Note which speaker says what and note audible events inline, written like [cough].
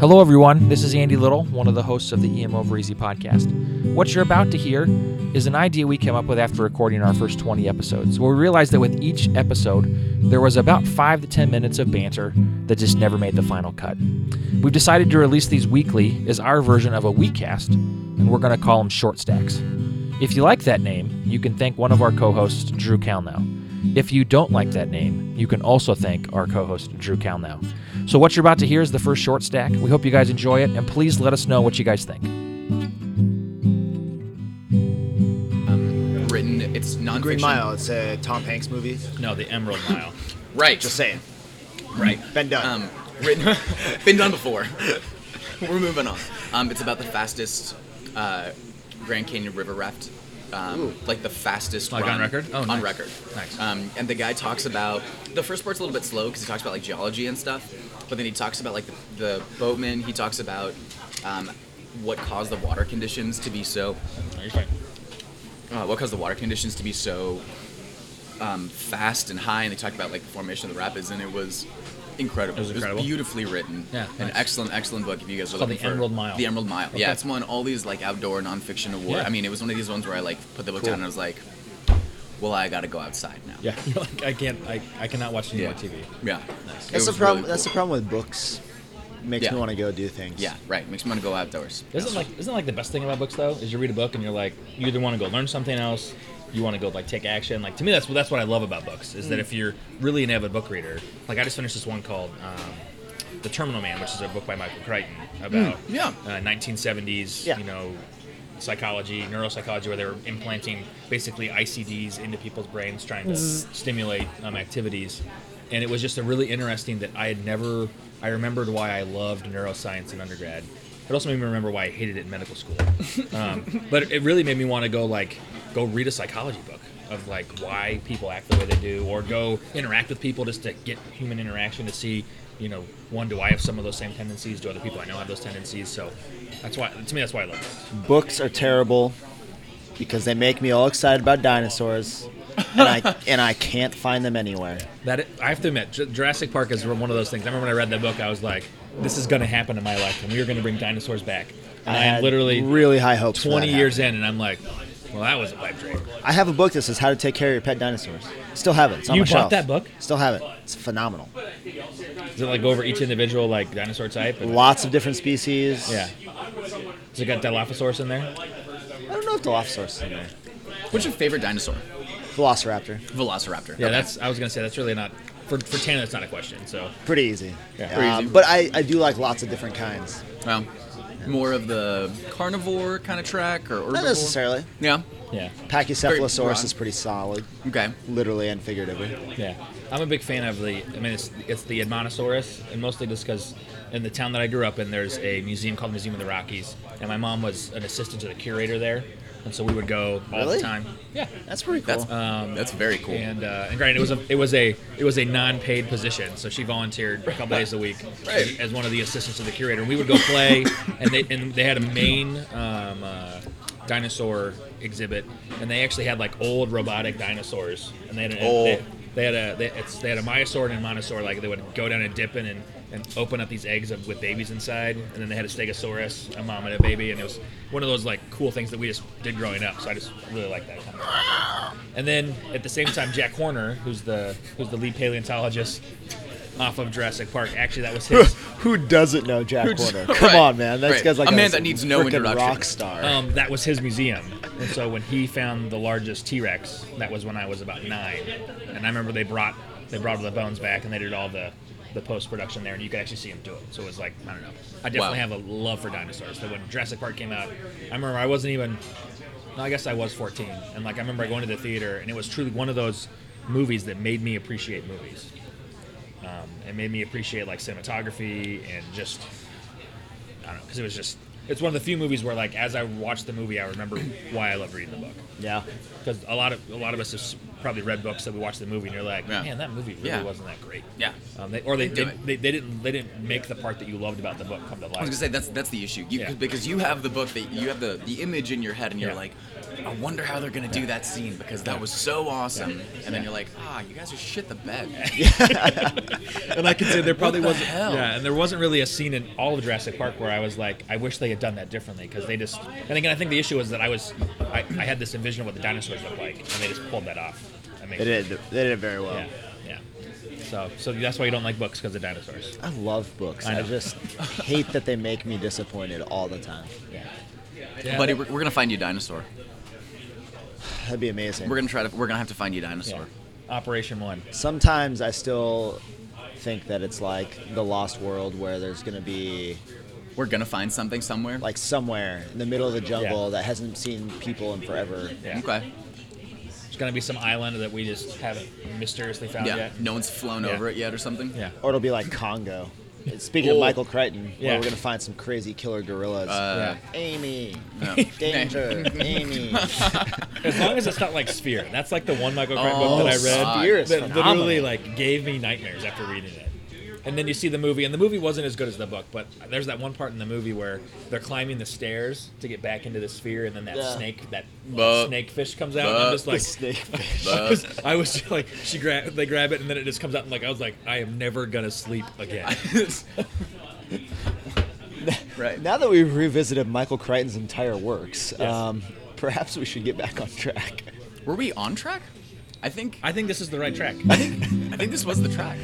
Speaker 1: Hello, everyone. This is Andy Little, one of the hosts of the E EM Over Easy podcast. What you're about to hear is an idea we came up with after recording our first 20 episodes, where we realized that with each episode, there was about 5 to 10 minutes of banter that just never made the final cut. We've decided to release these weekly as our version of a WeCast, and we're going to call them Short Stacks. If you like that name, you can thank one of our co hosts, Drew Calnow. If you don't like that name, you can also thank our co host, Drew Calnow. So, what you're about to hear is the first short stack. We hope you guys enjoy it, and please let us know what you guys think.
Speaker 2: written. It's non
Speaker 3: Green Mile. It's a Tom Hanks movie.
Speaker 4: No, the Emerald
Speaker 1: [laughs]
Speaker 4: Mile.
Speaker 2: Right.
Speaker 3: Just saying.
Speaker 2: right.
Speaker 3: Been done.
Speaker 2: Um, written. [laughs] been done before. [laughs] We're moving on. Um, it's about the fastest uh, Grand Canyon River raft. Um, like the fastest
Speaker 4: Like
Speaker 2: run
Speaker 4: on record? Oh,
Speaker 2: on
Speaker 4: nice.
Speaker 2: record.
Speaker 4: Nice.
Speaker 2: Um, and the guy talks about the first part's a little bit slow because he talks about like geology and stuff, but then he talks about like the, the boatman. He talks about um, what caused the water conditions to be so uh, what caused the water conditions to be so um, fast and high, and they talked about like the formation of the rapids, and it was incredible.
Speaker 4: It was incredible.
Speaker 2: beautifully written.
Speaker 4: Yeah,
Speaker 2: an
Speaker 4: nice.
Speaker 2: excellent, excellent book. If you guys are
Speaker 4: called
Speaker 2: looking
Speaker 4: The
Speaker 2: for
Speaker 4: Emerald Mile.
Speaker 2: the Emerald Mile.
Speaker 4: Okay.
Speaker 2: Yeah, it's won all these like outdoor nonfiction awards.
Speaker 4: Yeah.
Speaker 2: I mean, it was one of these ones where I like put the book down and I was like, well, I got to go outside now.
Speaker 4: Yeah. [laughs] You're like, I can't. I, I cannot watch any
Speaker 2: Yeah.
Speaker 4: more TV.
Speaker 2: Yeah.
Speaker 4: Nice.
Speaker 2: It
Speaker 3: that's the
Speaker 2: was
Speaker 3: problem.
Speaker 2: really
Speaker 3: That's the
Speaker 2: cool.
Speaker 3: problem with books. Makes
Speaker 2: Yeah.
Speaker 3: me want to go do things.
Speaker 2: Yeah. Right. Makes me want to go outdoors.
Speaker 4: Isn't like isn't like the best thing about books though is you read a book and you're like you either want to go learn something else, you want to go like take action. Like to me that's what that's what I love about books is that if you're really an avid book reader, like I just finished this one called um, The Terminal Man, which is a book by Michael Crichton about
Speaker 2: yeah.
Speaker 4: uh, 1970s
Speaker 3: Yeah.
Speaker 4: you know psychology, neuropsychology, where they were implanting basically ICDs into people's brains, trying to stimulate um, activities. And it was just a really interesting that I had never. I remembered why I loved neuroscience in undergrad. It also made me remember why I hated it in medical school. Um, but it really made me want to go like go read a psychology book of like why people act the way they do, or go interact with people just to get human interaction to see. You know, one, do I have some of those same tendencies? Do other people I know have those tendencies? So that's why, to me, that's why I love it.
Speaker 3: Books are terrible because they make me all excited about
Speaker 4: [laughs]
Speaker 3: dinosaurs, and I and I can't find them anywhere.
Speaker 4: That I have to admit, Ju- Jurassic Park is one of those things. I remember when I read that book, I was like, "This is going to happen in my lifetime. We are going to bring dinosaurs back." And I, am
Speaker 3: had
Speaker 4: literally
Speaker 3: really high hopes. for
Speaker 4: 20
Speaker 3: that
Speaker 4: years in, and I'm like, "Well, that was a pipe dream."
Speaker 3: happening. I have a book that says how to take care of your pet dinosaurs. Still have it. It's on
Speaker 4: You
Speaker 3: my
Speaker 4: bought
Speaker 3: shelf.
Speaker 4: that book?
Speaker 3: Still have it. It's phenomenal.
Speaker 4: Does it like go over each individual like dinosaur type? And,
Speaker 3: Lots of different species.
Speaker 4: yeah. Does it got Dilophosaurus in there?
Speaker 3: I don't know if Dilophosaurus is in there.
Speaker 2: What's your favorite dinosaur?
Speaker 3: Velociraptor.
Speaker 2: Velociraptor.
Speaker 4: Yeah,
Speaker 2: Okay.
Speaker 4: that's. I was going to say that's really not for for Tana. That's not a question. So
Speaker 3: Pretty easy.
Speaker 4: Yeah.
Speaker 2: Pretty
Speaker 3: Um,
Speaker 2: easy.
Speaker 3: But I, I do like lots of different kinds.
Speaker 2: well, more of the carnivore kind of track or
Speaker 3: Not
Speaker 2: herbivore?
Speaker 3: necessarily.
Speaker 2: Yeah. Very
Speaker 4: yeah,
Speaker 2: broad.
Speaker 3: Pachycephalosaurus is pretty solid,
Speaker 2: Okay.
Speaker 3: literally and figuratively.
Speaker 4: yeah. I'm a big fan of the. I mean, it's it's the Edmontosaurus, and mostly just because in the town that I grew up in, there's a museum called Museum of the Rockies, and my mom was an assistant to the curator there, and so we would go all
Speaker 3: Really?
Speaker 4: the time. Yeah.
Speaker 3: That's pretty cool.
Speaker 2: That's um, that's very cool.
Speaker 4: And, uh, and granted, it was a it was a it was a non-paid position, so she volunteered a couple days a week
Speaker 2: Right.
Speaker 4: as, as one of the assistants to the curator. And we would go play, and they and they had a main um, uh, dinosaur exhibit, and they actually had like old robotic dinosaurs, and they had an,
Speaker 2: Oh.
Speaker 4: they, they had a they, it's, they had a myosaur and a monosaur. Like they would go down and dip in and, and open up these eggs of, with babies inside, and then they had a stegosaurus, a mom and a baby, and it was one of those like cool things that we just did growing up. So I just really like that. Kind of and then at the same time, Jack Horner, who's the who's the lead paleontologist off of Jurassic Park, actually that was his.
Speaker 3: Who doesn't know Jack
Speaker 2: [laughs]
Speaker 3: Horner?
Speaker 2: Right,
Speaker 3: Come on, man. That
Speaker 2: right.
Speaker 3: guy's like
Speaker 2: A
Speaker 3: a,
Speaker 2: man that needs no
Speaker 3: frickin'
Speaker 2: introduction.
Speaker 3: rock star.
Speaker 4: Um, that was his museum, and so when he found the largest T Rex, that was when I was about nine, and I remember they brought they brought all the bones back and they did all the the post production there, and you could actually see him do it. So it was like I don't know. I definitely
Speaker 2: Wow.
Speaker 4: have a love for dinosaurs. So when Jurassic Park came out, I remember I wasn't even No, I guess I was 14, and like I remember going to the theater, and it was truly one of those movies that made me appreciate movies. Um, it made me appreciate like cinematography and just I don't know, because it was just it's one of the few movies where like as I watched the movie, I remember why I loved reading the book.
Speaker 3: yeah.
Speaker 4: Because a lot of a lot of us have s- probably read books that we watched the movie, and you're like,
Speaker 2: Yeah.
Speaker 4: man, that movie really
Speaker 2: Yeah.
Speaker 4: wasn't that great.
Speaker 2: Yeah.
Speaker 4: Um, they, or they,
Speaker 2: Into
Speaker 4: they,
Speaker 2: it.
Speaker 4: they they didn't they didn't make the part that you loved about the book come to
Speaker 2: I was gonna
Speaker 4: life.
Speaker 2: say that's that's the issue you,
Speaker 4: Yeah.
Speaker 2: because you have the book that you have the, the image in your head and you're
Speaker 4: Yeah.
Speaker 2: like, I wonder how they're gonna do that scene because that was so awesome, and then you're like, ah, you guys are shit the bed.
Speaker 4: And I could say there probably
Speaker 2: the
Speaker 4: wasn't.
Speaker 2: hell?
Speaker 4: Yeah, and there wasn't really a scene in all of Jurassic Park where I was like, I wish they had done that differently because they just. And again, I think the issue was that I was, I, I had this envision of what the dinosaurs looked like, and they just pulled that off. I mean,
Speaker 3: They did. They did it very well.
Speaker 4: Yeah, yeah. So, so that's why you don't like books because of dinosaurs.
Speaker 3: I love books.
Speaker 4: I
Speaker 3: I,
Speaker 4: know.
Speaker 3: just hate that they make me disappointed all the time.
Speaker 4: Yeah.
Speaker 2: Buddy, we're, we're gonna find you a dinosaur.
Speaker 3: That'd be amazing.
Speaker 2: We're gonna try to. We're gonna have to find you a dinosaur.
Speaker 4: Operation One.
Speaker 3: Sometimes I still think that it's like the Lost World, where there's gonna be
Speaker 2: We're gonna find something somewhere.
Speaker 3: like somewhere in the middle of the jungle that hasn't seen people in forever.
Speaker 4: Yeah.
Speaker 2: okay.
Speaker 4: It's gonna be some island that we just haven't mysteriously found
Speaker 2: Yeah.
Speaker 4: yet.
Speaker 2: No one's flown
Speaker 4: Yeah.
Speaker 2: over it yet or something.
Speaker 4: Yeah.
Speaker 3: Or it'll be like Congo. Speaking
Speaker 2: Oh.
Speaker 3: of Michael Crichton, where
Speaker 4: Yeah.
Speaker 3: we're gonna find some crazy killer gorillas.
Speaker 2: Uh,
Speaker 3: Amy,
Speaker 2: no.
Speaker 3: [laughs] danger, Amy.
Speaker 4: As long as it's not like Sphere. That's like the one Michael Crichton
Speaker 2: Oh,
Speaker 4: book that I read
Speaker 3: Sphere is
Speaker 4: that literally
Speaker 3: phenomenal. [laughs]
Speaker 4: like gave me nightmares after reading it. And then you see the movie, and the movie wasn't as good as the book, but there's that one part in the movie where they're climbing the stairs to get back into the sphere, and then that
Speaker 3: Yeah.
Speaker 4: snake, that
Speaker 2: Buh.
Speaker 4: snake fish comes out, and I'm
Speaker 2: Buh.
Speaker 4: just like,
Speaker 3: Snake.
Speaker 2: But- [laughs]
Speaker 4: [laughs] I was just like, she grab, they grab it, and then it just comes out, and like I was like, I am never gonna sleep
Speaker 2: [laughs]
Speaker 4: again.
Speaker 2: right.
Speaker 3: Now that we've revisited Michael Crichton's entire works,
Speaker 4: Yes.
Speaker 3: um, perhaps we should get back on track.
Speaker 2: Were we on track? I think.
Speaker 4: I think this is the right track.
Speaker 2: I think this was the track.